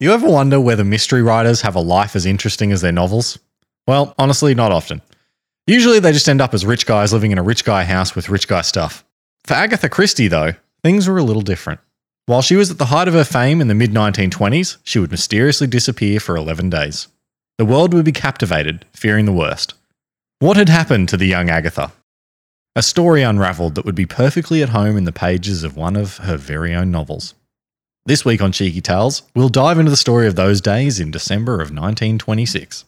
You ever wonder whether mystery writers have a life as interesting as their novels? Well, honestly, not often. Usually they just end up as rich guys living in a rich guy house with rich guy stuff. For Agatha Christie, though, things were a little different. While she was at the height of her fame in the mid 1920s, she would mysteriously disappear for 11 days. The world would be captivated, fearing the worst. What had happened to the young Agatha? A story unravelled that would be perfectly at home in the pages of one of her very own novels. This week on Cheeky Tales, we'll dive into the story of those days in December of 1926.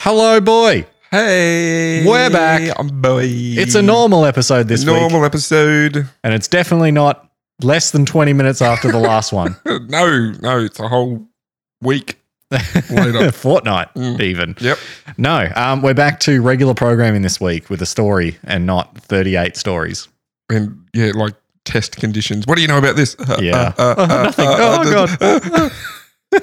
Hello, boy. Hey, We're back. I'm boy. It's a normal episode this week, normal episode. and it's definitely not less than 20 minutes after the last one. No, no, it's a whole week A later. fortnight, Mm. even. yep. No, um, we're back to regular programming this week with a story and not 38 stories. And yeah, like test conditions. What do you know about this? Uh, Yeah. Nothing. Oh, God.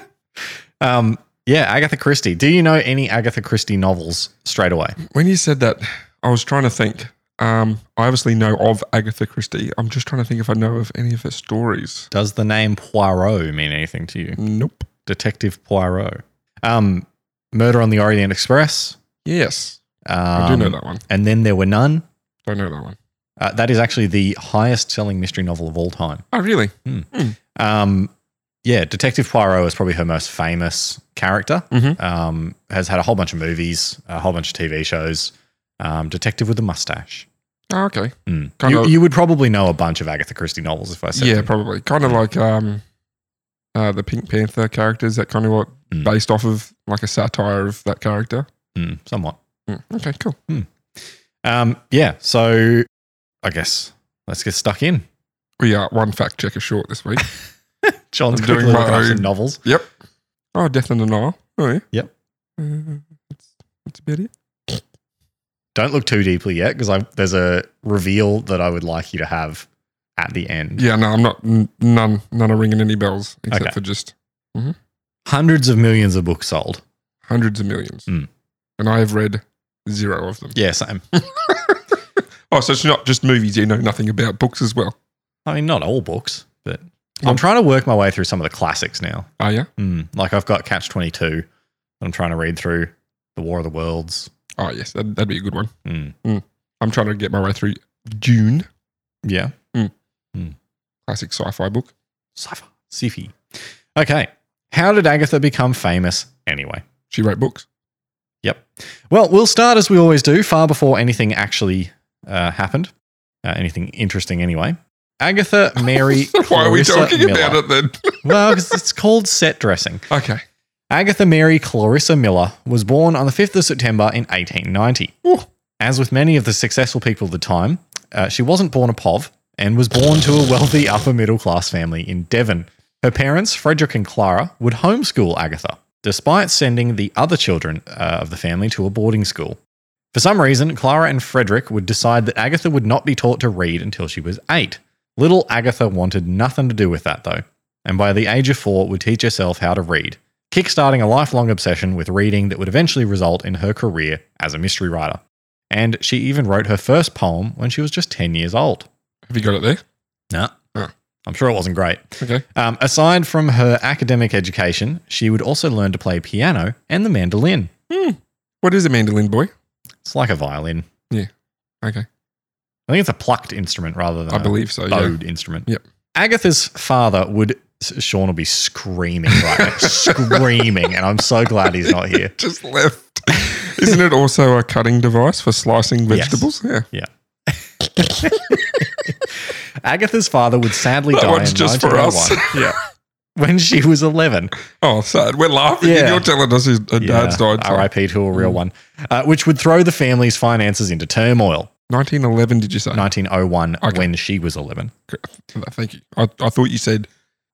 Um, yeah, Agatha Christie. Do you know any Agatha Christie novels straight away? when you said that, I was trying to think. Um, I obviously know of Agatha Christie. I'm just trying to think if I know of any of her stories. Does the name Poirot mean anything to you? Nope. Detective Poirot. Um, Murder on the Orient Express. Yes, Um, I do know that one. And then there were none. Don't know that one. Uh, that is actually the highest selling mystery novel of all time. Oh, really? Um, yeah, Detective Poirot is probably her most famous character. Mhm. Um, has had a whole bunch of movies, a whole bunch of TV shows. Um, Detective with a mustache. Oh, okay. Mm. Kind You, of- you would probably know a bunch of Agatha Christie novels if I said. yeah, them. probably. Kind of like um, uh, the Pink Panther characters that kind of what Mm. based off of like a satire of that character. Mm, somewhat. Mm, Okay, cool. Um, yeah. So I guess let's get stuck in. We are one fact checker short this week. John's I'm doing quickly looking my up some own. novels. yep. Oh, Death in the Nile. Oh, yeah. Yep. Uh, that's, that's about it. Don't look too deeply yet, because I there's a reveal that I would like you to have at the end. Yeah, no, I'm not. n- None, none are ringing any bells except Okay. for just Hundreds of millions of books sold. hundreds of millions. Mm. And I have read zero of them. Yeah, same. Oh, so it's not just movies. You know nothing about books as well. I mean, not all books, but Um, I'm trying to work my way through some of the classics now. Are you? Mm, like I've got Catch 22 that I'm trying to read through, The War of the Worlds. Oh, yes, that'd, that'd be a good one. Mm, I'm trying to get my way through Dune, yeah. classic sci-fi book. Sci-fi. Sci-fi. Okay. How did Agatha become famous anyway? She wrote books. Yep. Well, we'll start as we always do, far before anything actually uh, happened, uh, anything interesting anyway. Agatha Mary. Why are we Clarissa talking Miller. about it then? Well, 'cause it's called set dressing. okay. Agatha Mary Clarissa Miller was born on the 5th of September in 1890. Ooh. As with many of the successful people of the time, uh, she wasn't born a POV and was born to a wealthy upper middle class family in Devon. Her parents, Frederick and Clara, would homeschool Agatha, despite sending the other children uh, of the family to a boarding school. For some reason, Clara and Frederick would decide that Agatha would not be taught to read until she was eight. Little Agatha wanted nothing to do with that, though, and by the age of four would teach herself how to read, kickstarting a lifelong obsession with reading that would eventually result in her career as a mystery writer. And she even wrote her first poem when she was just 10 years old. Have you got it there? No. Huh. I'm sure it wasn't great. Okay. Um, aside from her academic education, she would also learn to play piano and the mandolin. What is a mandolin boy? It's like a violin. Okay. I think it's a plucked instrument rather than I a believe so. Yeah. bowed instrument. Yep. Agatha's father would. Sean will be screaming right now, screaming, and I'm so glad he's not here. Just left. Isn't it also a cutting device for slicing Yes. vegetables? Yeah. Agatha's father would sadly That die one's in just for us. 1901 when she was 11. Oh, sad. We're laughing. Yeah. And you're telling us his her dad's died. so- RIP to a real Mm. one, uh, which would throw the family's finances into turmoil. 1911, did you say? 1901, Okay. when she was 11. Thank you. I, I thought you said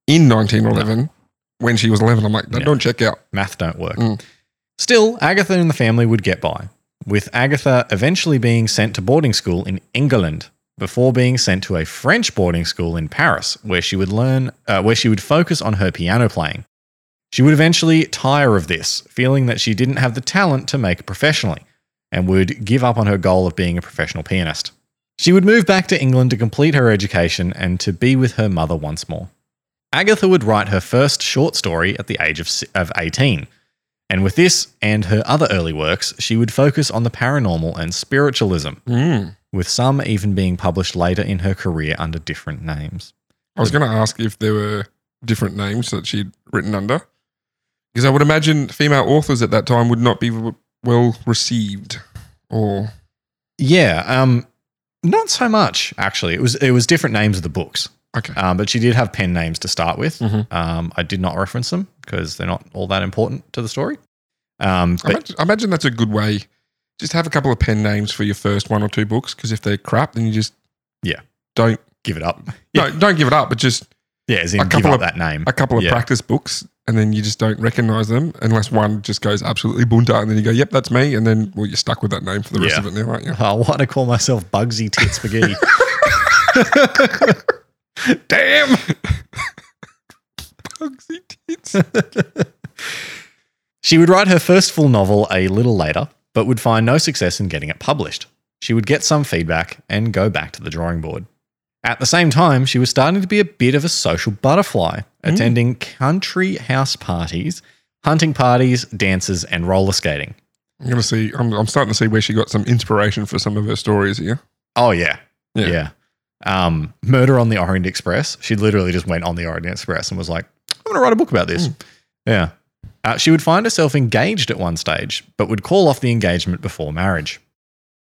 in 1911 when she was 11. I'm like, that No. don't check out. Math don't work. Mm. Still, Agatha and the family would get by, with Agatha eventually being sent to boarding school in England before being sent to a French boarding school in Paris, where she would learn, uh, where she would focus on her piano playing. She would eventually tire of this, feeling that she didn't have the talent to make professionally, and would give up on her goal of being a professional pianist. She would move back to England to complete her education and to be with her mother once more. Agatha would write her first short story at the age of, s- of 18. And with this and her other early works, she would focus on the paranormal and spiritualism, Mm. with some even being published later in her career under different names. I was going to ask if there were different names that she'd written under, because I would imagine female authors at that time would not be w- well received. Or Yeah, um, not so much actually. It was it was different names of the books, okay, um, but she did have pen names to start with. Mhm. Um, I did not reference them because they're not all that important to the story. Um, I but imagine, I imagine that's a good way. Just have a couple of pen names for your first one or two books, because if they're crap, then you just Yeah. don't give it up. no don't give it up, but just Yeah, as in A give couple up of- that name. a couple of Yeah. practice books and then you just don't recognize them unless one just goes absolutely bunta and then you go, yep, that's me. And then, well, you're stuck with that name for the rest Yeah. of it now, aren't you? I want to call myself Bugsy Tit Spaghetti. Damn! Bugsy tits. She would write her first full novel a little later, but would find no success in getting it published. She would get some feedback and go back to the drawing board. At the same time, she was starting to be a bit of a social butterfly, attending country house parties, hunting parties, dances, and roller skating. I'm going to see, I'm, I'm starting to see where she got some inspiration for some of her stories here. Oh, yeah. Yeah. Yeah. Um, Murder on the Orient Express. She literally just went on the Orient Express and was like, I'm going to write a book about this. Yeah. Uh, she would find herself engaged at one stage, but would call off the engagement before marriage.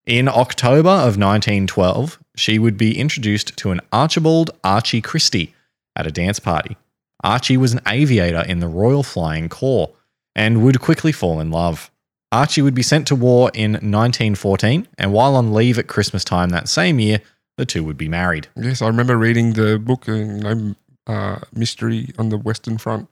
In October of 1912, she would be introduced to an Archibald Archie Christie at a dance party. Archie was an aviator in the Royal Flying Corps and would quickly fall in love. Archie would be sent to war in 1914, and while on leave at Christmas time that same year, the two would be married. Yes, I remember reading the book, uh, you know, uh, Mystery on the Western Front.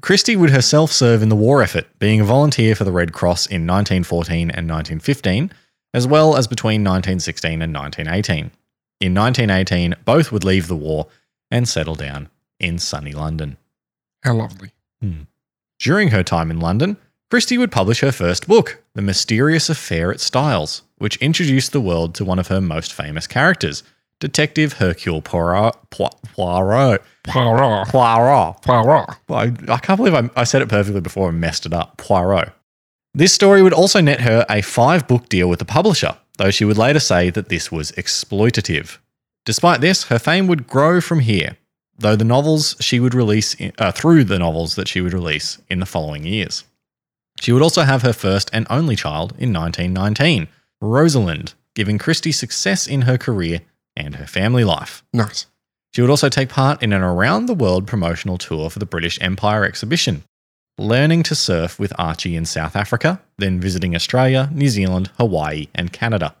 Christie would herself serve in the war effort, being a volunteer for the Red Cross in 1914 and 1915, as well as between 1916 and 1918. In 1918, both would leave the war and settle down in sunny London. How lovely. During her time in London, Christie would publish her first book, The Mysterious Affair at Styles, which introduced the world to one of her most famous characters, Detective Hercule Poirot. Poi- Poirot. Poirot. Poirot. Poirot. Well, I, I can't believe I, I said it perfectly before and messed it up. Poirot. This story would also net her a five book deal with the publisher, though she would later say that this was exploitative. Despite this, her fame would grow from here, though the novels she would release in, uh, through the novels that she would release in the following years. She would also have her first and only child in 1919, Rosalind, giving Christie success in her career and her family life. Nice. She would also take part in an around the world promotional tour for the British Empire exhibition, learning to surf with Archie in South Africa, then visiting Australia, New Zealand, Hawaii, and Canada.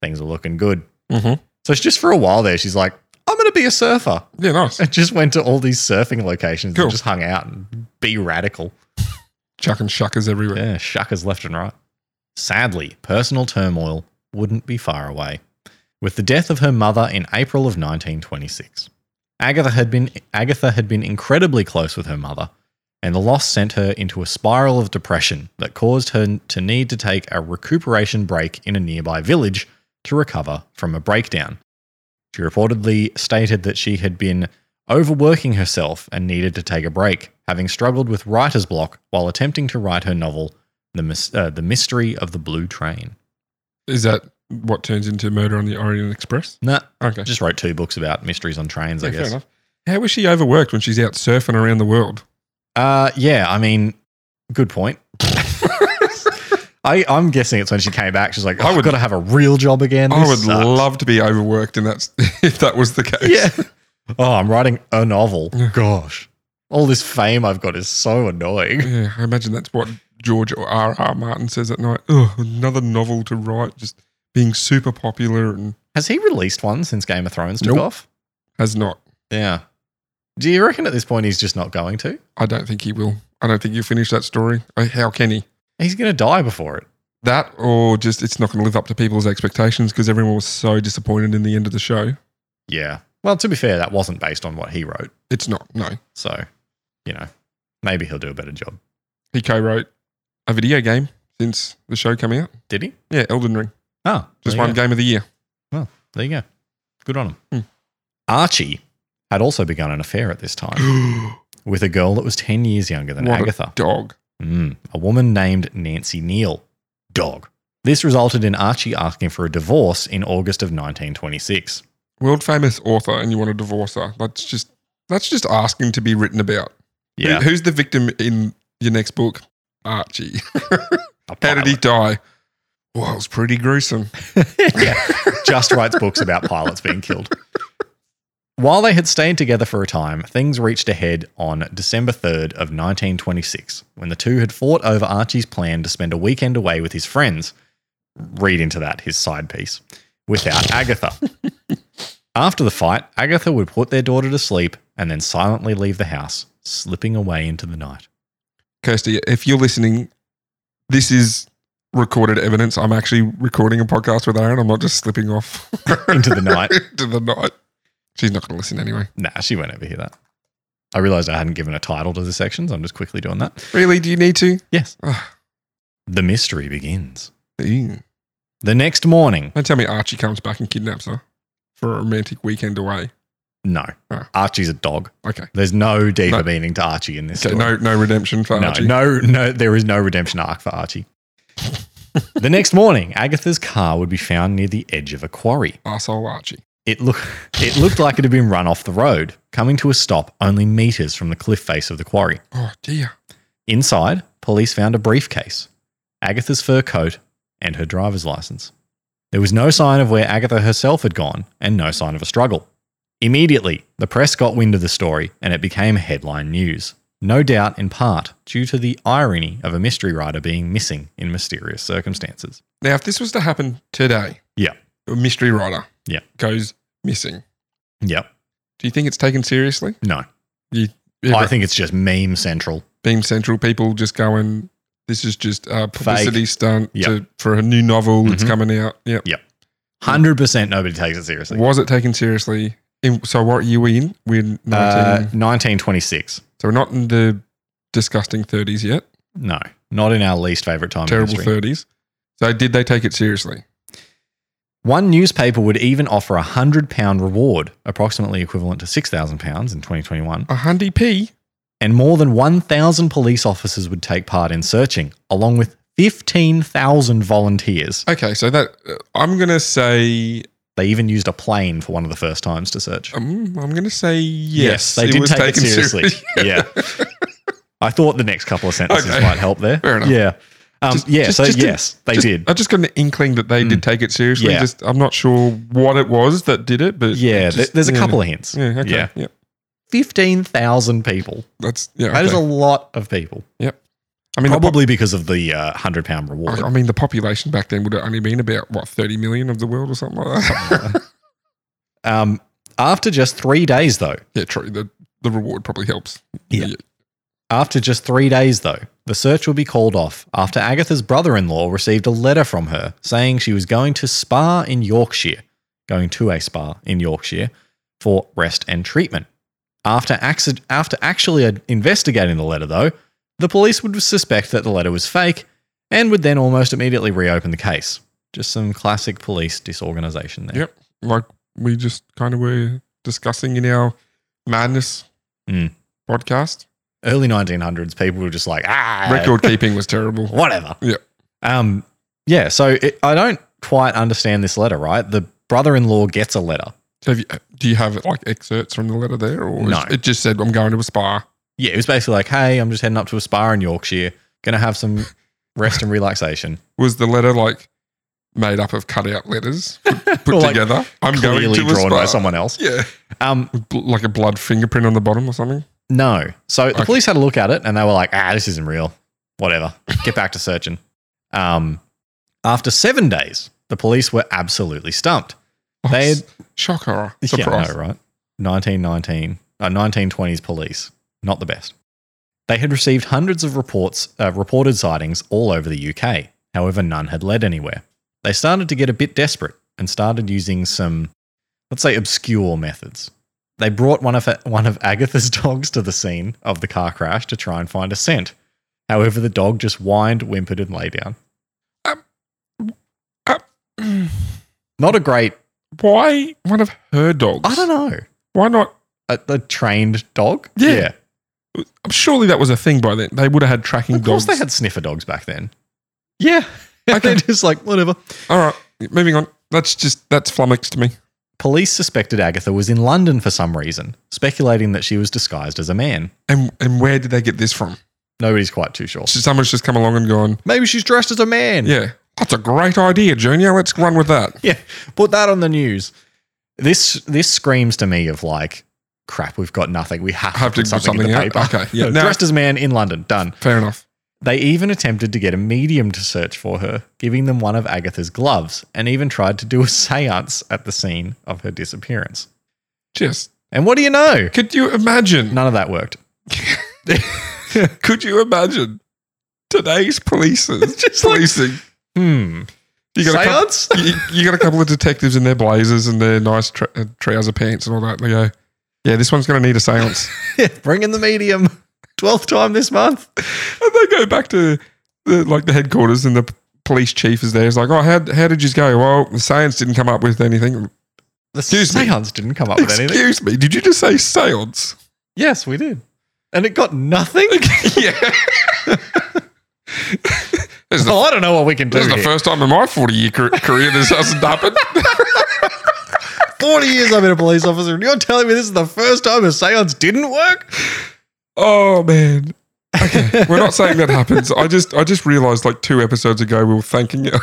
Things are looking good. Mm-hmm. So it's just for a while there, she's like, I'm going to be a surfer. Yeah, nice. And just went to all these surfing locations Cool. and just hung out and be radical. Chucking shuckers everywhere. Yeah, shuckers left and right. Sadly, personal turmoil wouldn't be far away. With the death of her mother in April of 1926, Agatha had been Agatha had been incredibly close with her mother, and the loss sent her into a spiral of depression that caused her to need to take a recuperation break in a nearby village to recover from a breakdown. She reportedly stated that she had been overworking herself and needed to take a break, having struggled with writer's block while attempting to write her novel, The, Mys- uh, the Mystery of the Blue Train. Is that what turns into Murder on the Orient Express? Nah, Okay. I just wrote two books about mysteries on trains, I Yeah, fair guess. enough. How is she overworked when she's out surfing around the world? Uh, yeah, I mean, good point. I, I'm guessing it's when she came back. She's like, I I would, would- have got to have a real job again. I This would sucks." love to be overworked, and that's if that was the case. Yeah. Oh, I'm writing a novel. Gosh. All this fame I've got is so annoying. Yeah, I imagine that's what George or R. R. Martin says at night. Ugh, another novel to write, just being super popular and Has he released one since Game of Thrones took Nope. off? has not. Yeah. Do you reckon at this point he's just not going to? I don't think he will. I don't think he'll finish that story. I- How can he? He's going to die before it. That or just it's not going to live up to people's expectations because everyone was so disappointed in the end of the show. Yeah. Well, to be fair, that wasn't based on what he wrote. It's not. No, So, you know, maybe he'll do a better job. he co-wrote a video game, since the show coming out. Did he? Yeah, Elden Ring. Oh, Just there you won go. Game of the Year. There you go. Good on him. Hmm. Archie had also begun an affair at this time with a girl that was 10 years younger than What a Agatha. Dog. Mm, a woman named Nancy Neal. Dog. This resulted in Archie asking for a divorce in August of 1926. World famous author and you want to divorce her. That's just that's just asking to be written about. Who- Yeah. who's the victim in your next book? Archie. a How did he die? Well, it was pretty gruesome. pilot. yeah. Just writes books about pilots being killed. While they had stayed together for a time, things reached a head on December 3rd of 1926 when the two had fought over Archie's plan to spend a weekend away with his friends. Read into that his side piece without Agatha. After the fight, Agatha would put their daughter to sleep and then silently leave the house, slipping away into the night. Kirsty, if you're listening, this is recorded evidence. I'm actually recording a podcast with Aaron. I'm not just slipping off Into the night. into the night. She's not going to listen anyway. Nah, she won't ever hear that. I realized I hadn't given a title to the section, so I'm just quickly doing that. Really? Do you need to? Yes. Ugh. The mystery begins. Ew. The next morning, Don't tell me Archie comes back and kidnaps her for a romantic weekend away. no. Oh. Archie's a dog. Okay. There's no deeper No. meaning to Archie in this Okay. story. No, no redemption for no, Archie. no, no, there is no redemption arc for Archie. the next morning, Agatha's car would be found near the edge of a quarry. Arsehole Archie. It, look, it looked like it had been run off the road, coming to a stop only meters from the cliff face of the quarry. Oh, dear. Inside, police found a briefcase, Agatha's fur coat, and her driver's license. There was no sign of where Agatha herself had gone, and no sign of a struggle. Immediately, the press got wind of the story, and it became headline news. No doubt, in part, due to the irony of a mystery writer being missing in mysterious circumstances. Now, if this was to happen today, Yeah. a mystery writer Yeah. goes missing. Yep. Do you think it's taken seriously? No. Yeah, I think it's just meme central. Beam Central people just going, this is just a publicity stunt Yeah. to, for a new novel that's Mhm. coming out. Yeah. 100% nobody takes it seriously. Was it taken seriously? In, so, what year were you in? We're in 19. Uh, 1926. so, we're not in the disgusting 30s yet, No, not in our least favorite time. in terrible history. 30s. So, did they take it seriously? One newspaper would even offer a hundred pound reward, approximately equivalent to six thousand pounds in 2021, A hundy P? and more than 1,000 police officers would take part in searching, along with 15,000 volunteers. Okay. So, that uh, I'm going to say, They even used a plane for one of the first times to search. um, I'm going to say yes. they it did was take it taken seriously. yeah, I thought the next couple of sentences Okay. might help there. Fair enough. Yeah, um, Just- yeah. just- so just to- yes, they Just- did. Mm. I just got an inkling that they did take it seriously. Yeah. Just I'm not sure what it was that did it, but Yeah, just- there- there's a yeah. couple of hints. Yeah, okay. Yeah. Yeah. 15,000 people. That's yeah. That is okay. a lot of people. I mean, the Probably because of the uh, 100 pound pop- reward. I mean, the population back then would have only been about what 30 million of the world or something like that. Um, after just three days, though, yeah, true. The the reward probably helps. Yeah. after just three days, though, the search would be called off after Agatha's brother in law received a letter from her saying she was going to spa in Yorkshire, going to a spa in Yorkshire for rest and treatment. After, acci- after actually uh, investigating the letter, though, the police would suspect that the letter was fake and would then almost immediately reopen the case. Just some classic police disorganization there. Yep. Like we just kind of were discussing in our madness Mm. podcast. Early 1900s, people were just like, ah, Record keeping was terrible. whatever. Yeah. Um, yeah. So it, I don't quite understand this letter, right? The brother-in-law gets a letter. So have you, do you have like excerpts from the letter there, or is- No. it just said I'm going to a spa? Yeah, it was basically like, "Hey, I'm just heading up to a spa in Yorkshire, gonna have some rest and relaxation." Was the letter like made up of cutout letters put, put Or, like, together? I'm going Clearly to a drawn spa. by someone else. Yeah, Um, With bl- like a blood fingerprint on the bottom or something. no. So the Okay. police had a look at it and they were like, "Ah, this isn't real. Whatever. Get back to searching." Um, after seven days, the police were absolutely stumped. Oh, They- s- shock horror. Surprise. Yeah, I know, right? 1919, uh, 1920s police, not the best. They had received hundreds of reports, uh, reported sightings all over the UK. However, none had led anywhere. They started to get a bit desperate and started using some, let's say, obscure methods. They brought one of, one of Agatha's dogs to the scene of the car crash to try and find a scent. However, the dog just whined, whimpered, and lay down. Not a great. Why one of her dogs? I don't know. Why not? A, a trained dog. Yeah. Surely that was a thing by then. They would have had tracking Of course, they dogs. had sniffer dogs back then. Yeah. Okay. They're just like whatever. All right, moving on. That's just that's flummoxed me. Police suspected Agatha was in London for some reason, speculating that she was disguised as a man. And and where did they get this from? Nobody's quite too sure. So someone's just come along and gone. Maybe she's dressed as a man. Yeah, that's a great idea, Junior. Let's run with that. yeah. Put that on the news. This this screams to me of like, crap, we've got nothing. We have, I have to put something, in the out. paper. Okay, yeah. So, Now, dressed as man in London. Done. fair enough. They even attempted to get a medium to search for her, giving them one of Agatha's gloves, and even tried to do a seance at the scene of her disappearance. Just And what do you know? could you imagine? None of that worked. could you imagine today's police Just like- policing? Hmm. you got a couple- Seance? you, you got a couple of detectives in their blazers and their nice tr- uh, trouser pants and all that. They go, yeah, this one's going to need a seance. Yeah, Bring in the medium. Twelfth time this month. and they go back to the, like the headquarters and the p- police chief is there. He's like, oh, how, how did you go? Well, the seance didn't come up with anything. The Excuse me. seance didn't come up with anything. Excuse me, did you just say seance? Yes, we did. And it got nothing? yeah. This is the, oh, I don't know what we can do. this is the here. first time in my 40 year car- career this hasn't happened. 40 years I've been a police officer, and you're telling me this is the first time a seance didn't work? Oh man. Okay, we're not saying that happens. I just I just realized like two episodes ago we were thanking our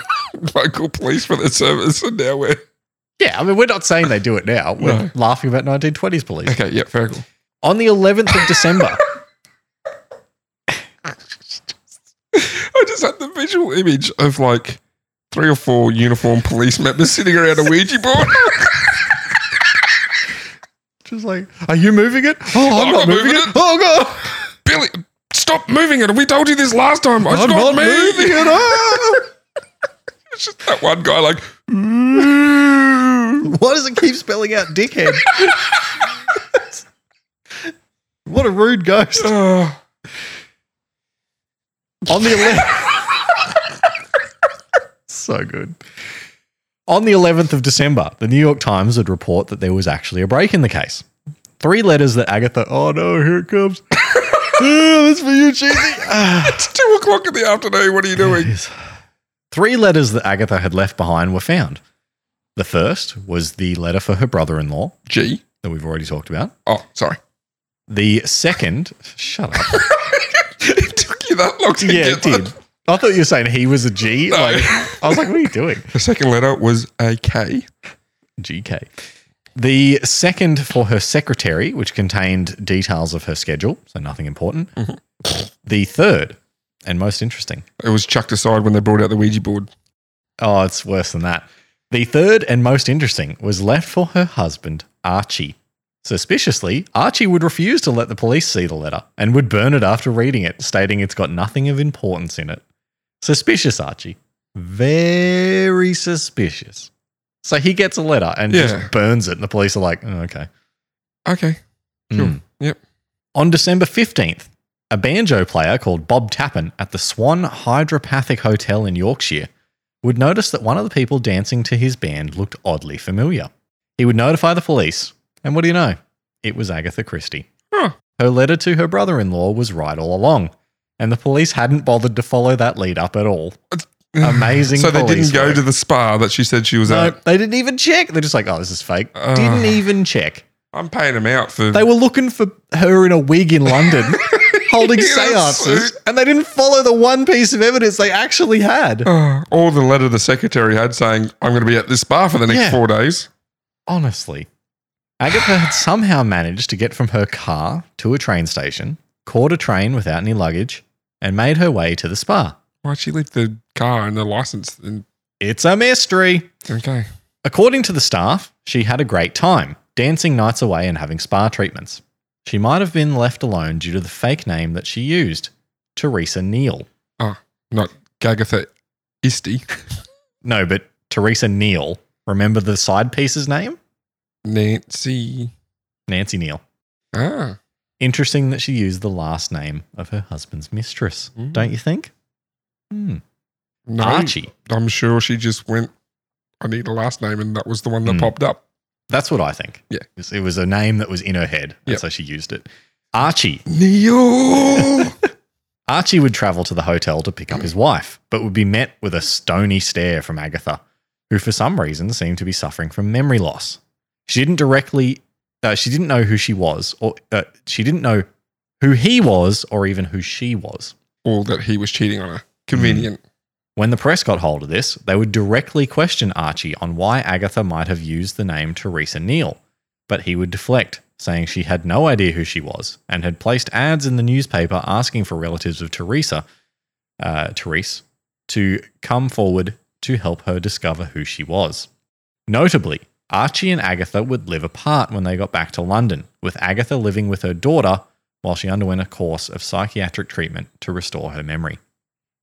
local police for their service and now we're Yeah, I mean, we're not saying they do it now. We're No. laughing about 1920s police. Okay, yeah, fair cool. On the 11th of December, I just had the visual image of like three or four uniformed police members sitting around a Ouija board. just like, are you moving it? Oh, I'm, not moving, it. Oh, God. Billy Stop moving it. We told you this last time. It's I'm not not, me. moving it. Oh. It's just that one guy like Why does it keep spelling out dickhead? what a rude ghost. "Oh, On the 11th. so good. On the 11th of December, the New York Times would report that there was actually a break in the case. Three letters that Agatha. Oh no, here it comes. oh, that's for you, cheesy. Ah, it's two o'clock in the afternoon. What are you doing? jeez. Three letters that Agatha had left behind were found. The first was the letter for her brother in law G. that we've already talked about. Oh, sorry. The second. Shut up. it took you that long to yeah, get it did. that. I thought you were saying he was a G. No. Like, I was like, what are you doing? The second letter was a K. GK. The second for her secretary, which contained details of her schedule, so nothing important. The third, and most interesting. It was chucked aside when they brought out the Ouija board. Oh, it's worse than that. The third and most interesting was left for her husband, Archie. Suspiciously, Archie would refuse to let the police see the letter and would burn it after reading it, stating it's got nothing of importance in it. Suspicious, Archie. Very suspicious. So he gets a letter and Yeah. just burns it, and the police are like, oh, okay. Okay. Sure. Mm. Yep. On December 15th, a banjo player called Bob Tappan at the Swan Hydropathic Hotel in Yorkshire would notice that one of the people dancing to his band looked oddly familiar. He would notify the police, and what do you know? It was Agatha Christie. Huh. Her letter to her brother in law was right all along, and the police hadn't bothered to follow that lead up at all. Amazing so they police didn't go work. to the spa that Uh. she said she was No, at. they didn't even check. They're just like, oh, this is fake. Ugh. didn't even check. I'm paying them out for. They were looking for her in a wig in London holding In a suit. seances, and they didn't follow the one piece of evidence they actually had. Oh, or the letter the secretary had saying, I'm going to be at this spa for the next Yeah. four days. Honestly, Agatha had somehow managed to get from her car to a train station, caught a train without any luggage, and made her way to the spa. Why'd she leave the car and the license? And, It's a mystery. okay. According to the staff, she had a great time, dancing nights away and having spa treatments. She might have been left alone due to the fake name that she used, Teresa Neal. Not Gagatha Isti. No, but Teresa Neal. Remember the side piece's name? Nancy. Nancy Neal. Ah. Interesting that she used the last name of her husband's mistress, Mm. don't you think? Hmm. No. Archie. I'm sure she just went, I need a last name, and that was the one that Mm. popped up. That's what I think. Yeah. It's- It was a name that was in her head. That's Yep. how she used it. Archie. Neil. Archie would travel to the hotel to pick up his wife, but would be met with a stony stare from Agatha, who for some reason seemed to be suffering from memory loss. She didn't directly, uh, she didn't know who she was, or uh, she didn't know who he was, or even who she was. All that he was cheating on her. Convenient. When the press got hold of this, they would directly question Archie on why Agatha might have used the name Teresa Neal, but he would deflect, saying she had no idea who she was and had placed ads in the newspaper asking for relatives of Teresa, uh, Therese, to come forward to help her discover who she was. Notably, Archie and Agatha would live apart when they got back to London, with Agatha living with her daughter while she underwent a course of psychiatric treatment to restore her memory.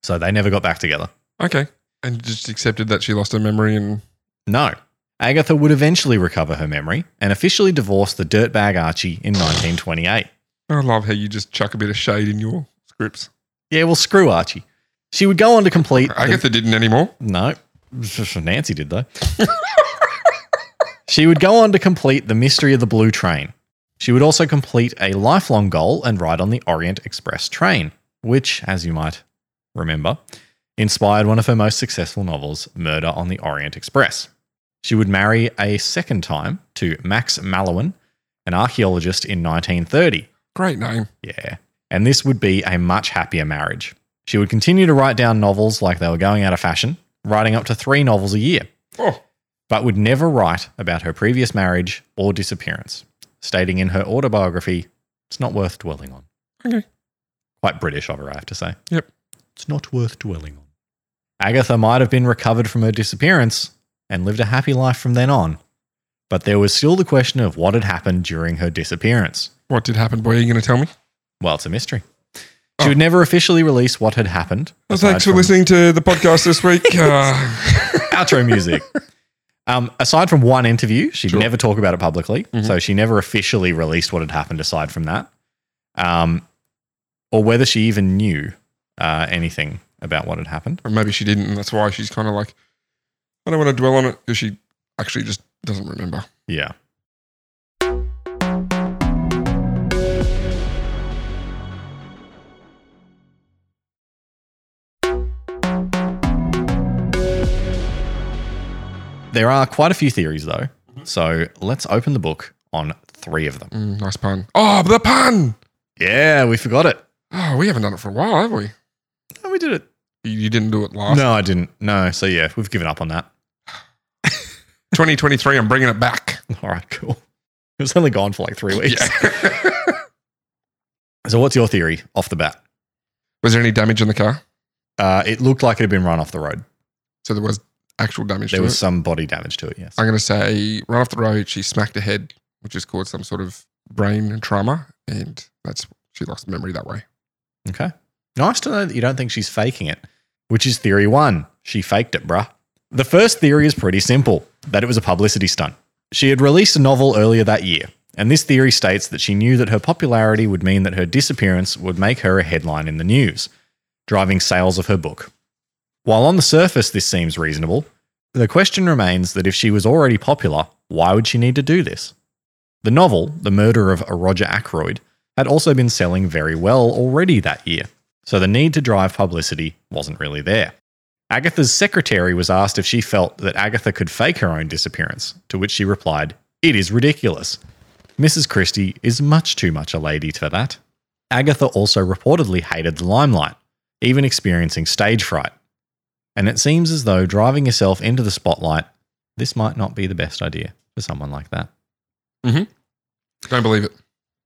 So they never got back together. Okay. And just accepted that she lost her memory and No. Agatha would eventually recover her memory and officially divorce the dirtbag Archie in 1928. I love how you just chuck a bit of shade in your scripts. Yeah, well, screw Archie. She would go on to complete. the- Agatha didn't anymore. No. Nancy did, though. she would go on to complete The Mystery of the Blue Train. She would also complete a lifelong goal and ride on the Orient Express train, which, as you might remember, inspired one of her most successful novels, Murder on the Orient Express. She would marry a second time to Max Mallowan, an archaeologist in 1930. Great name. Yeah. And this would be a much happier marriage. She would continue to write down novels like they were going out of fashion, writing up to three novels a year, Oh, but would never write about her previous marriage or disappearance, stating in her autobiography, it's not worth dwelling on. Okay. Quite British of her, I have to say. Yep. It's not worth dwelling on. Agatha might have been recovered from her disappearance and lived a happy life from then on, but there was still the question of what had happened during her disappearance. what did happen, boy? Are you going to tell me? Well, it's a mystery. She Oh. would never officially release what had happened. Well, aside thanks for from- listening to the podcast this week. Uh, Outro music. Um, aside from one interview, she'd Sure. never talk about it publicly. Mhm. So she never officially released what had happened aside from that, um, or whether she even knew uh, anything about what had happened. or maybe she didn't, and that's why she's kind of like, I don't want to dwell on it because she actually just doesn't remember. Yeah. There are quite a few theories, though. So let's open the book on three of them. Mm, nice pun. Oh, the pun. Yeah, we forgot it. Oh, we haven't done it for a while, have we? Oh, we did it. You, you didn't do it last. No, I didn't. No. So, yeah, we've given up on that. 2023, I'm bringing it back. All right, cool. It was only gone for like three weeks. Yeah. So, what's your theory off the bat? was there any damage in the car? Uh, it looked like it had been run off the road. So there was actual damage There to was it. some body damage to it, yes. I'm going to say right off the road, she smacked her head, which has caused some sort of brain trauma, and that's she lost memory that way. Okay. Nice to know that you don't think she's faking it, which is theory one. She faked it, bruh. The first theory is pretty simple that it was a publicity stunt. She had released a novel earlier that year, and this theory states that she knew that her popularity would mean that her disappearance would make her a headline in the news, driving sales of her book. While on the surface this seems reasonable, the question remains that if she was already popular, why would she need to do this? The novel, The Murder of Roger Ackroyd, had also been selling very well already that year, so the need to drive publicity wasn't really there. Agatha's secretary was asked if she felt that Agatha could fake her own disappearance, to which she replied, It is ridiculous. Mrs. Christie is much too much a lady for that. Agatha also reportedly hated the limelight, even experiencing stage fright. And it seems as though driving yourself into the spotlight, this might not be the best idea for someone like that. Don't believe it.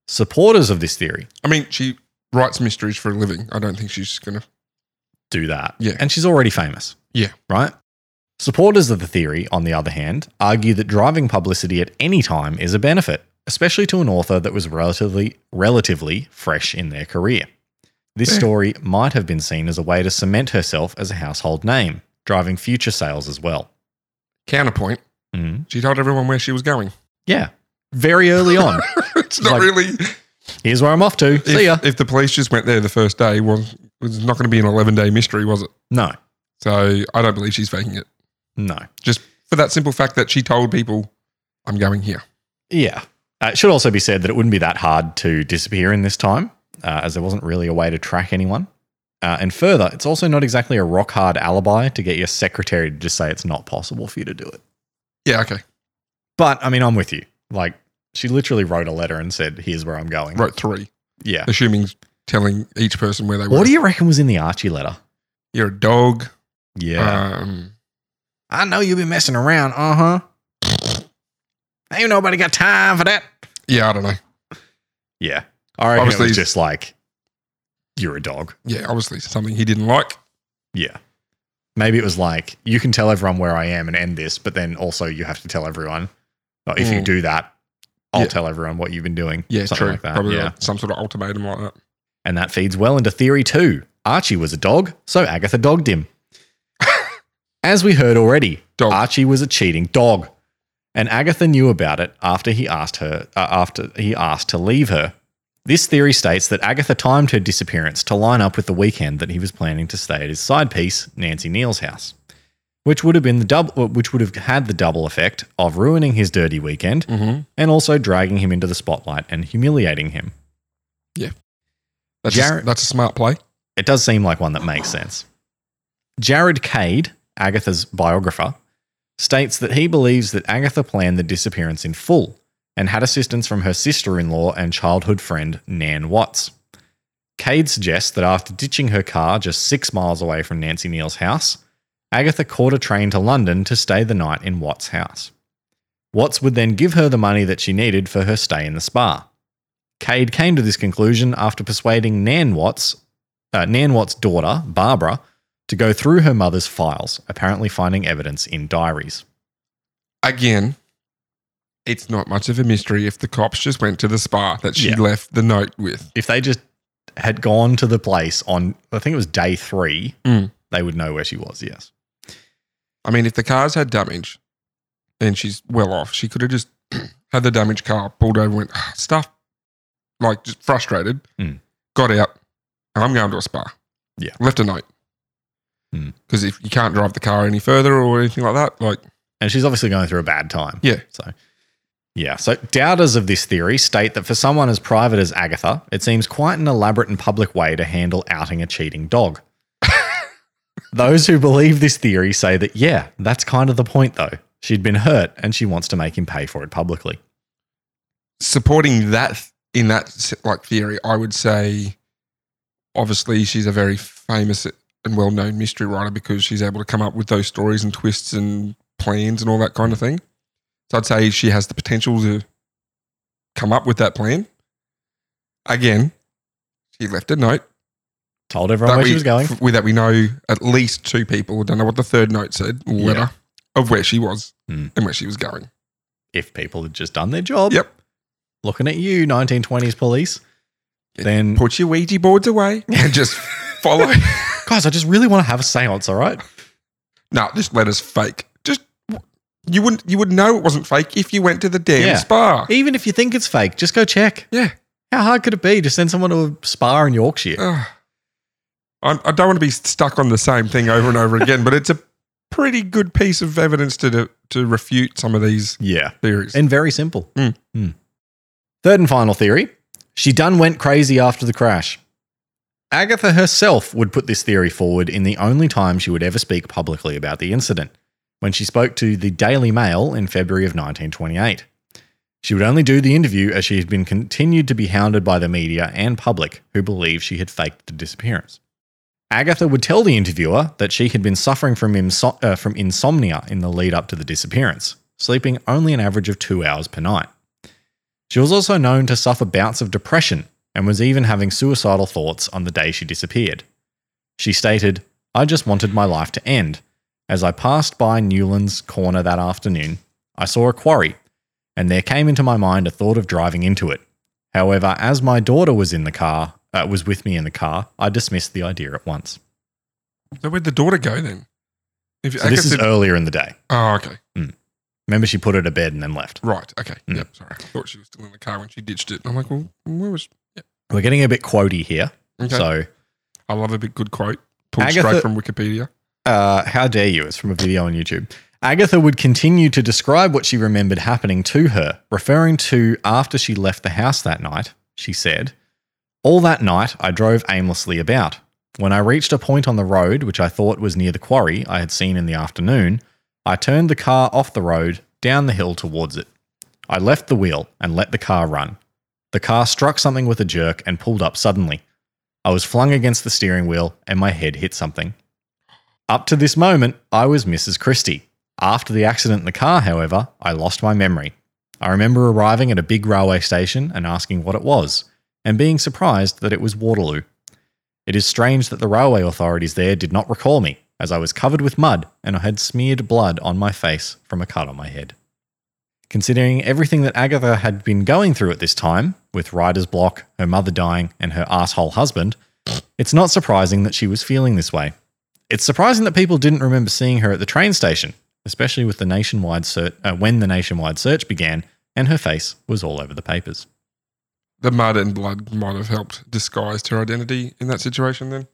Supporters of this theory I mean, she writes mysteries for a living. I don't think she's just going to. do that. Yeah. And she's already famous. Yeah. Right? Supporters of the theory, on the other hand, argue that driving publicity at any time is a benefit, especially to an author that was relatively relatively fresh in their career. This Fair. story might have been seen as a way to cement herself as a household name, driving future sales as well. Counterpoint. Mhm. She told everyone where she was going. Yeah. Very early on. it's not Like- really. Here's where I'm off to. If, See ya. if the police just went there the first day, was was not going to be an 11 day mystery, was it? No. So I don't believe she's faking it. No. Just for that simple fact that she told people, I'm going here. Yeah. Uh, it should also be said that it wouldn't be that hard to disappear in this time, uh, as there wasn't really a way to track anyone. Uh, and further, it's also not exactly a rock hard alibi to get your secretary to just say it's not possible for you to do it. Yeah, okay. But I mean, I'm with you. Like, she literally wrote a letter and said, here's where I'm going. Wrote three, Yeah. assuming telling each person where they were. What do you reckon was in the Archie letter? You're a dog. Yeah. Um, I know you've been messing around. Uh huh. Ain't nobody got time for that. yeah, I don't know. Yeah. I reckon Obviously- it was just like, you're a dog. Yeah, obviously something he didn't like. Yeah. Maybe it was like, you can tell everyone where I am and end this, but then also you have to tell everyone. Like, if you Mm. do that, I'll Yeah. tell everyone what you've been doing. Yeah, something true. like that. Probably yeah. like some sort of ultimatum like that. And that feeds well into theory two. Archie was a dog, so Agatha dogged him. As we heard already, Dog. Archie was a cheating dog, and Agatha knew about it after he asked her uh, after he asked to leave her. This theory states that Agatha timed her disappearance to line up with the weekend that he was planning to stay at his side piece, Nancy Neal's house, which would have been the double, which would have had the double effect of ruining his dirty weekend Mm-hmm. and also dragging him into the spotlight and humiliating him. That's, a, Jared- that's a smart play. It does seem like one that makes sense. Jared Cade, Agatha's biographer, states that he believes that Agatha planned the disappearance in full and had assistance from her sister in law and childhood friend, Nan Watts. Cade suggests that after ditching her car just six miles away from Nancy Neal's house, Agatha caught a train to London to stay the night in Watts' house. Watts would then give her the money that she needed for her stay in the spa. Cade came to this conclusion after persuading Nan Watts, uh, Nan Watt's daughter, Barbara, to go through her mother's files, apparently finding evidence in diaries. Again, it's not much of a mystery if the cops just went to the spa that she Yeah. left the note with. If they just had gone to the place on, I think it was day three, Mm. they would know where she was, yes. I mean, if the car's had damage and she's well off, she could have just had the damaged car pulled over and went, "Ah, stuff, like just frustrated, Mm. got out, and I'm going to a spa. Yeah. Left a note. Mm. Because if you can't drive the car any further or anything like that, like, And she's obviously going through a bad time. Yeah. So, yeah. So, doubters of this theory state that for someone as private as Agatha, it seems quite an elaborate and public way to handle outing a cheating dog. Those who believe this theory say that, yeah, that's kind of the point, though. She'd been hurt and she wants to make him pay for it publicly. supporting that th- in that s- like theory, I would say, obviously she's a very famous and well-known mystery writer because she's able to come up with those stories and twists and plans and all that kind of thing. So I'd say she has the potential to come up with that plan. Again, she left a note Told everyone where we, she was going. f- that we know at least two people. Don't know what the third note said. Letter of where she was Mm. and where she was going. if people had just done their job. Yep. Looking at you, 1920s police. Yeah, Then, Put your Ouija boards away and just follow. guys, I just really want to have a seance, all right? no, this letter's fake. Just you wouldn't you would know it wasn't fake if you went to the damn Yeah. spa. Even if you think it's fake, just go check. Yeah. Uh. How hard could it be to send someone to a spa in Yorkshire? Ugh. I'm, I don't want to be stuck on the same thing over and over again, but it's a pretty good piece of evidence to to, to refute some of these yeah. theories. And very simple. Mm. Mm. Third and final theory she done went crazy after the crash. Agatha herself would put this theory forward in the only time she would ever speak publicly about the incident, when she spoke to the Daily Mail in February of 1928. She would only do the interview as she had been continued to be hounded by the media and public, who believed she had faked the disappearance. Agatha would tell the interviewer that she had been suffering from, inso- uh, from insomnia in the lead up to the disappearance, sleeping only an average of two hours per night. She was also known to suffer bouts of depression and was even having suicidal thoughts on the day she disappeared. She stated, I just wanted my life to end. As I passed by Newlands Corner that afternoon, I saw a quarry, and there came into my mind a thought of driving into it. However, as my daughter was in the car, uh, was with me in the car, I dismissed the idea at once. so where'd the daughter go then? If, So this is Agatha- earlier in the day. oh, okay. Remember, she put her to bed and then left. Right. Okay. Mm. Yep. Sorry. I thought she was still in the car when she ditched it. I'm like, well, where was. We're getting a bit quotey here. Okay. So, I love a big good quote pulled Agatha- straight from Wikipedia. uh, how dare you? It's from a video on YouTube. Agatha would continue to describe what she remembered happening to her, referring to after she left the house that night. She said, All that night I drove aimlessly about. When I reached a point on the road, which I thought was near the quarry I had seen in the afternoon, I turned the car off the road, down the hill towards it. I left the wheel and let the car run. The car struck something with a jerk and pulled up suddenly. I was flung against the steering wheel and my head hit something. Up to this moment, I was Mrs. Christie. After the accident in the car, however, I lost my memory. I remember arriving at a big railway station and asking what it was, and being surprised that it was Waterloo. It is strange that the railway authorities there did not recall me, as I was covered with mud and I had smeared blood on my face from a cut on my head. Considering everything that Agatha had been going through at this time, with writer's block, her mother dying, and her asshole husband, it's not surprising that she was feeling this way. It's surprising that people didn't remember seeing her at the train station, especially with the nationwide search uh, when the nationwide search began and her face was all over the papers. The mud and blood might have helped disguise her identity in that situation then.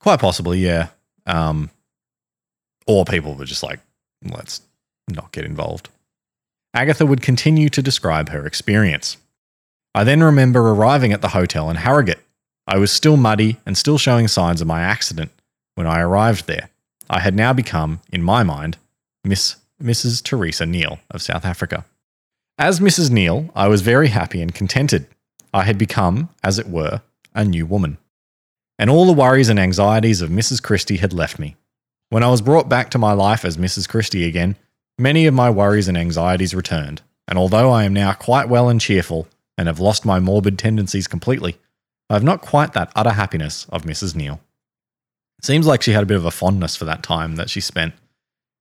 Quite possibly, yeah. Um, or people were just like, let's not get involved. Agatha would continue to describe her experience. I then remember arriving at the hotel in Harrogate. I was still muddy and still showing signs of my accident when I arrived there. I had now become, in my mind, Miss Mrs. Teresa Neal of South Africa. As Mrs. Neal, I was very happy and contented. I had become, as it were, a new woman. And all the worries and anxieties of Mrs. Christie had left me. When I was brought back to my life as Mrs. Christie again, many of my worries and anxieties returned, and although I am now quite well and cheerful and have lost my morbid tendencies completely, I have not quite that utter happiness of Mrs. Neal. It seems like she had a bit of a fondness for that time that she spent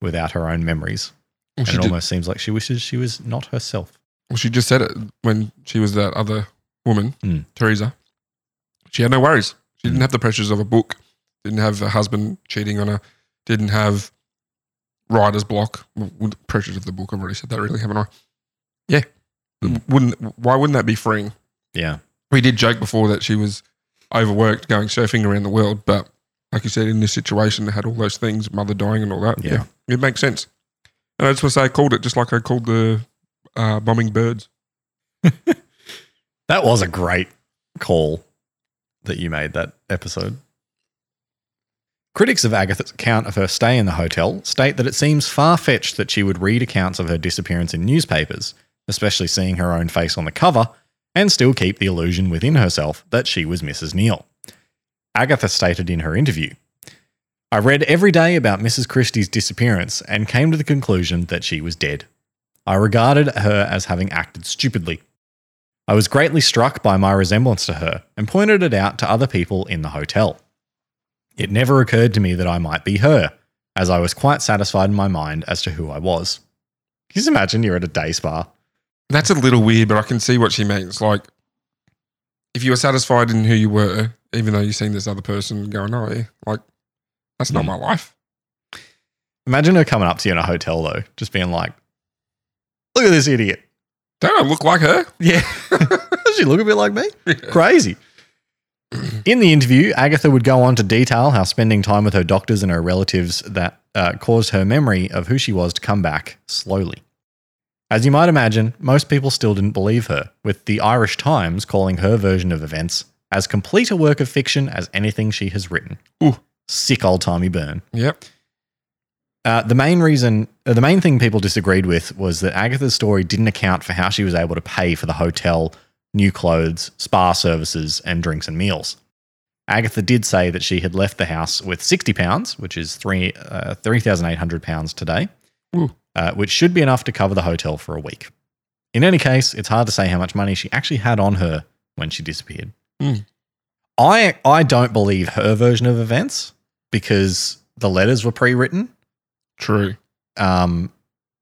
without her own memories. Well, and she, it did- almost seems like she wishes she was not herself. well, she just said it when she was that other woman, Mm. Teresa. She had no worries. She Mm. didn't have the pressures of a book, didn't have a husband cheating on her, didn't have writer's block, w- w- pressures of the book. I've already said that, really, haven't I? Yeah. Mm. Wouldn't, why wouldn't that be freeing? Yeah. we did joke before that she was overworked going surfing around the world, but like you said, in this situation, they had all those things, mother dying and all that. Yeah. it makes sense. And I just want to say, I called it just like I called the uh, bombing birds. That was a great call that you made that episode. Critics of Agatha's account of her stay in the hotel state that it seems far fetched that she would read accounts of her disappearance in newspapers, especially seeing her own face on the cover, and still keep the illusion within herself that she was Mrs. Neal. Agatha stated in her interview I read every day about Mrs. Christie's disappearance and came to the conclusion that she was dead. I regarded her as having acted stupidly. I was greatly struck by my resemblance to her and pointed it out to other people in the hotel. It never occurred to me that I might be her, as I was quite satisfied in my mind as to who I was. Can you just imagine you're at a day spa? That's a little weird, but I can see what she means. Like, if you were satisfied in who you were, even though you've seen this other person going, oh, yeah, like, that's not Mm. my life. Imagine her coming up to you in a hotel though, just being like, "Look at this idiot." Don't I look like her? Yeah, does she look a bit like me? Crazy. In the interview, Agatha would go on to detail how spending time with her doctors and her relatives that uh, caused her memory of who she was to come back slowly. As you might imagine, most people still didn't believe her, with the Irish Times calling her version of events as complete a work of fiction as anything she has written. Ooh. Sick old timey burn. Yep. Uh, the main reason, uh, the main thing people disagreed with was that Agatha's story didn't account for how she was able to pay for the hotel, new clothes, spa services, and drinks and meals. Agatha did say that she had left the house with sixty pounds, which is three uh, three thousand eight hundred pounds today, Ooh. uh, which should be enough to cover the hotel for a week. In any case, it's hard to say how much money she actually had on her when she disappeared. Mm. I I don't believe her version of events because the letters were pre-written. True. Um,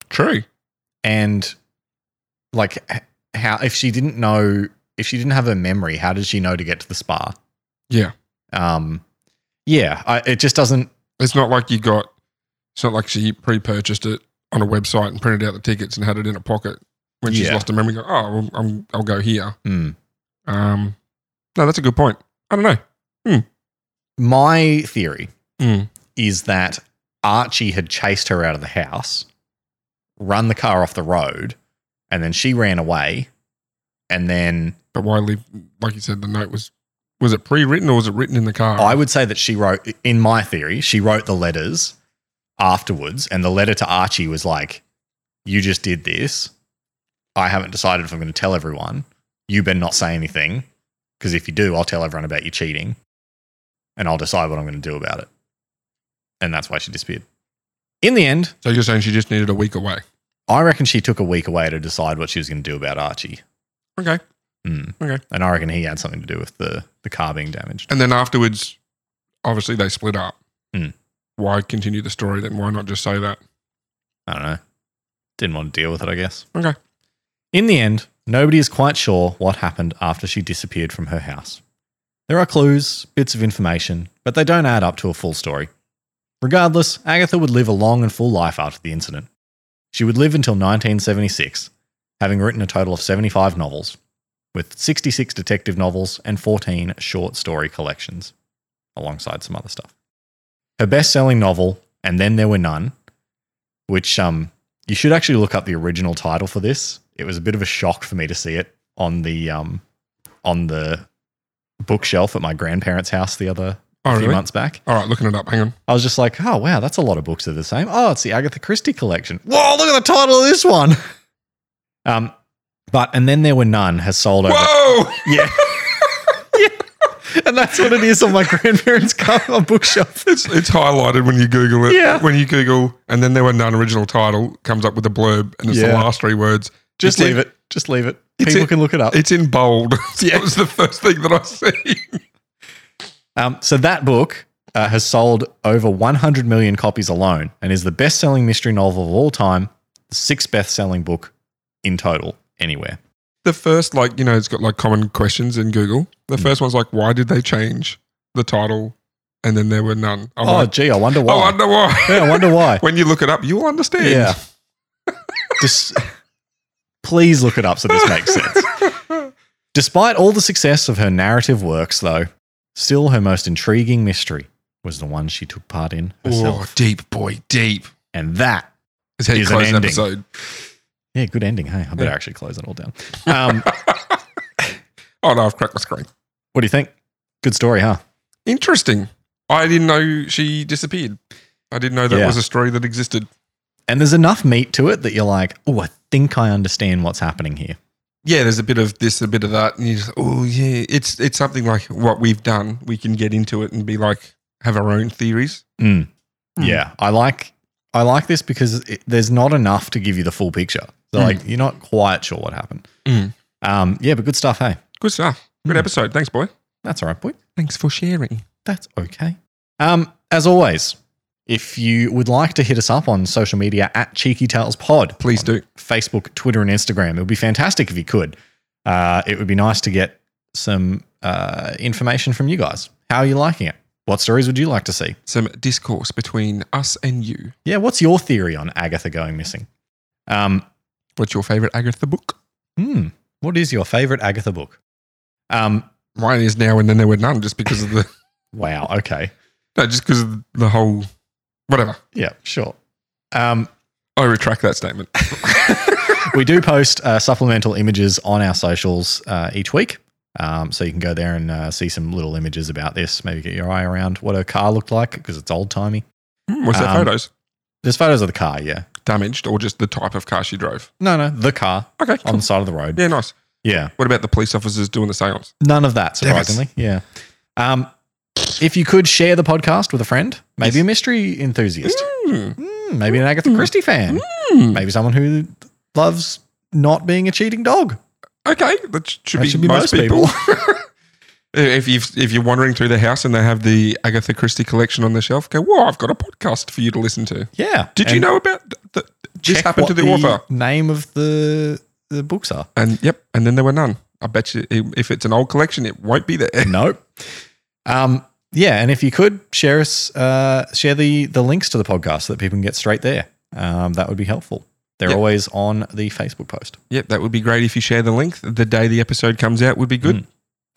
True. and like h- how if she didn't know if she didn't have a memory how did she know to get to the spa Yeah. um yeah I, it just doesn't It's not like you got. It's not like she pre-purchased it on a website and printed out the tickets and had it in a pocket when she's Yeah. lost her memory. Go, oh, well, I'm, I'll go here. hmm. Um, no, that's a good point. I don't know. my theory Mm. is that Archie had chased her out of the house, run the car off the road, and then she ran away. And then But why leave? Like you said, the note was was it pre-written or was it written in the car? I would say that she wrote, in my theory, she wrote the letters afterwards. And the letter to Archie was like, You just did this. I haven't decided if I'm going to tell everyone. You better not say anything. Because if you do, I'll tell everyone about you cheating and I'll decide what I'm going to do about it. And that's why she disappeared. In the end, so you're saying she just needed a week away? I reckon she took a week away to decide what she was going to do about Archie. Okay. Mm. Okay. And I reckon he had something to do with the, the car being damaged. And then afterwards, obviously they split up. Hmm. Why continue the story then? Why not just say that? I don't know. Didn't want to deal with it, I guess. Okay. In the end, nobody is quite sure what happened after she disappeared from her house. There are clues, bits of information, but they don't add up to a full story. Regardless, Agatha would live a long and full life after the incident. She would live until 1976, having written a total of 75 novels, with 66 detective novels and 14 short story collections, alongside some other stuff. Her best selling novel, And Then There Were None, which um, you should actually look up the original title for this. It was a bit of a shock for me to see it on the um, on the bookshelf at my grandparents' house the other Oh, few really? months back. All right, looking it up. Hang on. I was just like, oh wow, that's a lot of books that are the same. Oh, it's the Agatha Christie collection. Whoa, look at the title of this one. Um, but and then there were none has sold over. Whoa! Yeah. yeah. And that's what it is on my grandparents' car on bookshelf. It's it's highlighted when you Google it. Yeah. When you Google, and then there were none original title comes up with a blurb, and it's the Yeah. last three words. Just It's leave in- it. Just leave it. It's People it- can look it up. It's in bold. that Yeah. was the first thing that I see. Um, so that book uh, has sold over 100 million copies alone and is the best-selling mystery novel of all time, the sixth best-selling book in total anywhere. The first, like you know, it's got like common questions in Google. Hmm. The first one's like, why did they change the title? And then there were none. I'm oh, like, gee, I wonder why. I wonder why. yeah, I wonder why. when you look it up, you'll understand. yeah. Just please look it up so this makes sense. Despite all the success of her narrative works, though, still her most intriguing mystery was the one she took part in herself, Oh, deep boy, deep. and that Is how you Is an close an ending. episode. yeah, good ending. Hey, I better Yeah. actually close that all down. Um, Oh no, I've cracked my screen. what do you think? Good story, huh? Interesting. I didn't know she disappeared. I didn't know that Yeah. was a story that existed. And there's enough meat to it that you're like, oh, I think I understand what's happening here. Yeah, there's a bit of this, a bit of that, and you just oh yeah, it's it's something like what we've done. We can get into it and be like have our own theories. Mm. Hmm. Yeah, I like I like this because it, there's not enough to give you the full picture. So Hmm. like you're not quite sure what happened. Hmm. Um, yeah, but good stuff. Hey, Good stuff. Good Mm. episode. Thanks, boy. that's all right, boy. Thanks for sharing. That's okay. Um, as always, if you would like to hit us up on social media at Cheeky Tales Pod, Please do. Facebook, Twitter, and Instagram. It would be fantastic if you could. Uh, it would be nice to get some uh, information from you guys. How are you liking it? What stories would you like to see? Some discourse between us and you. Yeah, what's your theory on Agatha going missing? Um, What's your favorite Agatha book? hmm, what is your favorite Agatha book? Um, Mine is now and then there were none, just because of the wow, okay. no, just because of the whole whatever. Yeah, sure. Um, I retract that statement. we do post uh, supplemental images on our socials uh, each week. Um, so you can go there and uh, see some little images about this. Maybe get your eye around what her car looked like because it's old timey. Hmm, What's that Um, photos? There's photos of the car, yeah. Damaged or just the type of car she drove? No, no, the car Okay, on cool. the side of the road. yeah, nice. Yeah. What about the police officers doing the seance? None of that, Damn it. surprisingly. Yeah. Um, if you could share the podcast with a friend, maybe Yes. a mystery enthusiast, Mm, Mm, maybe an Agatha Mm. Christie fan, mm. maybe someone who loves not being a cheating dog. Okay, that sh- should, That be, most, people. if you if you're wandering through the house and they have the Agatha Christie collection on the shelf, go. Whoa, I've got a podcast for you to listen to. Yeah. Did you And know about th- th- this check happened to what the author? Name of the the books are. And yep, and then there were none. I bet you i- if it's an old collection, it won't be there. nope. Um, yeah, and if you could share us, uh, share the the links to the podcast so that people can get straight there. Um, that would be helpful. They're Yeah. always on the Facebook post. yep, that would be great if you share the link. The day the episode comes out would be Hmm. good.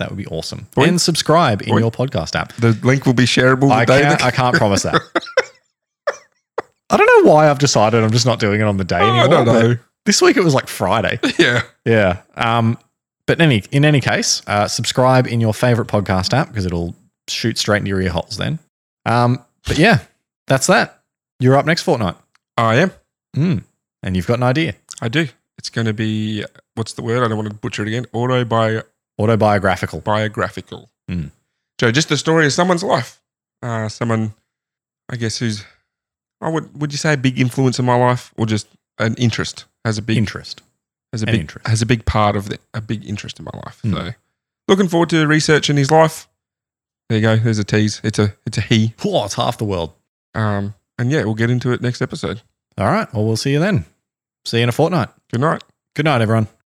That would be awesome. Boing. And subscribe in Boing. your podcast app. The link will be shareable. The I day can't, the- I can't promise that. I don't know why I've decided I'm just not doing it on the day anymore. Oh, I don't but know. This week it was like Friday. Yeah. yeah. Um, but any in any case, uh, subscribe in your favorite podcast app because it'll shoot straight into your ear holes then. Um, but yeah, that's that. You're up next fortnight. I am. Mm. And you've got an idea. I do. It's going to be, what's the word? I don't want to butcher it again. Autobi- Autobiographical. biographical. Mm. So just the story of someone's life. Uh, someone, I guess, who's I would would you say a big influence in my life, or just an interest has a big Interest. has a an big interest. has a big part of the, a big interest in my life. Mm. So looking forward to researching his life. There you go. There's a tease. It's a it's a he. Whoa, it's half the world. Um, and yeah, we'll get into it next episode. All right. Well, we'll see you then. See you in a fortnight. Good night. Good night, everyone.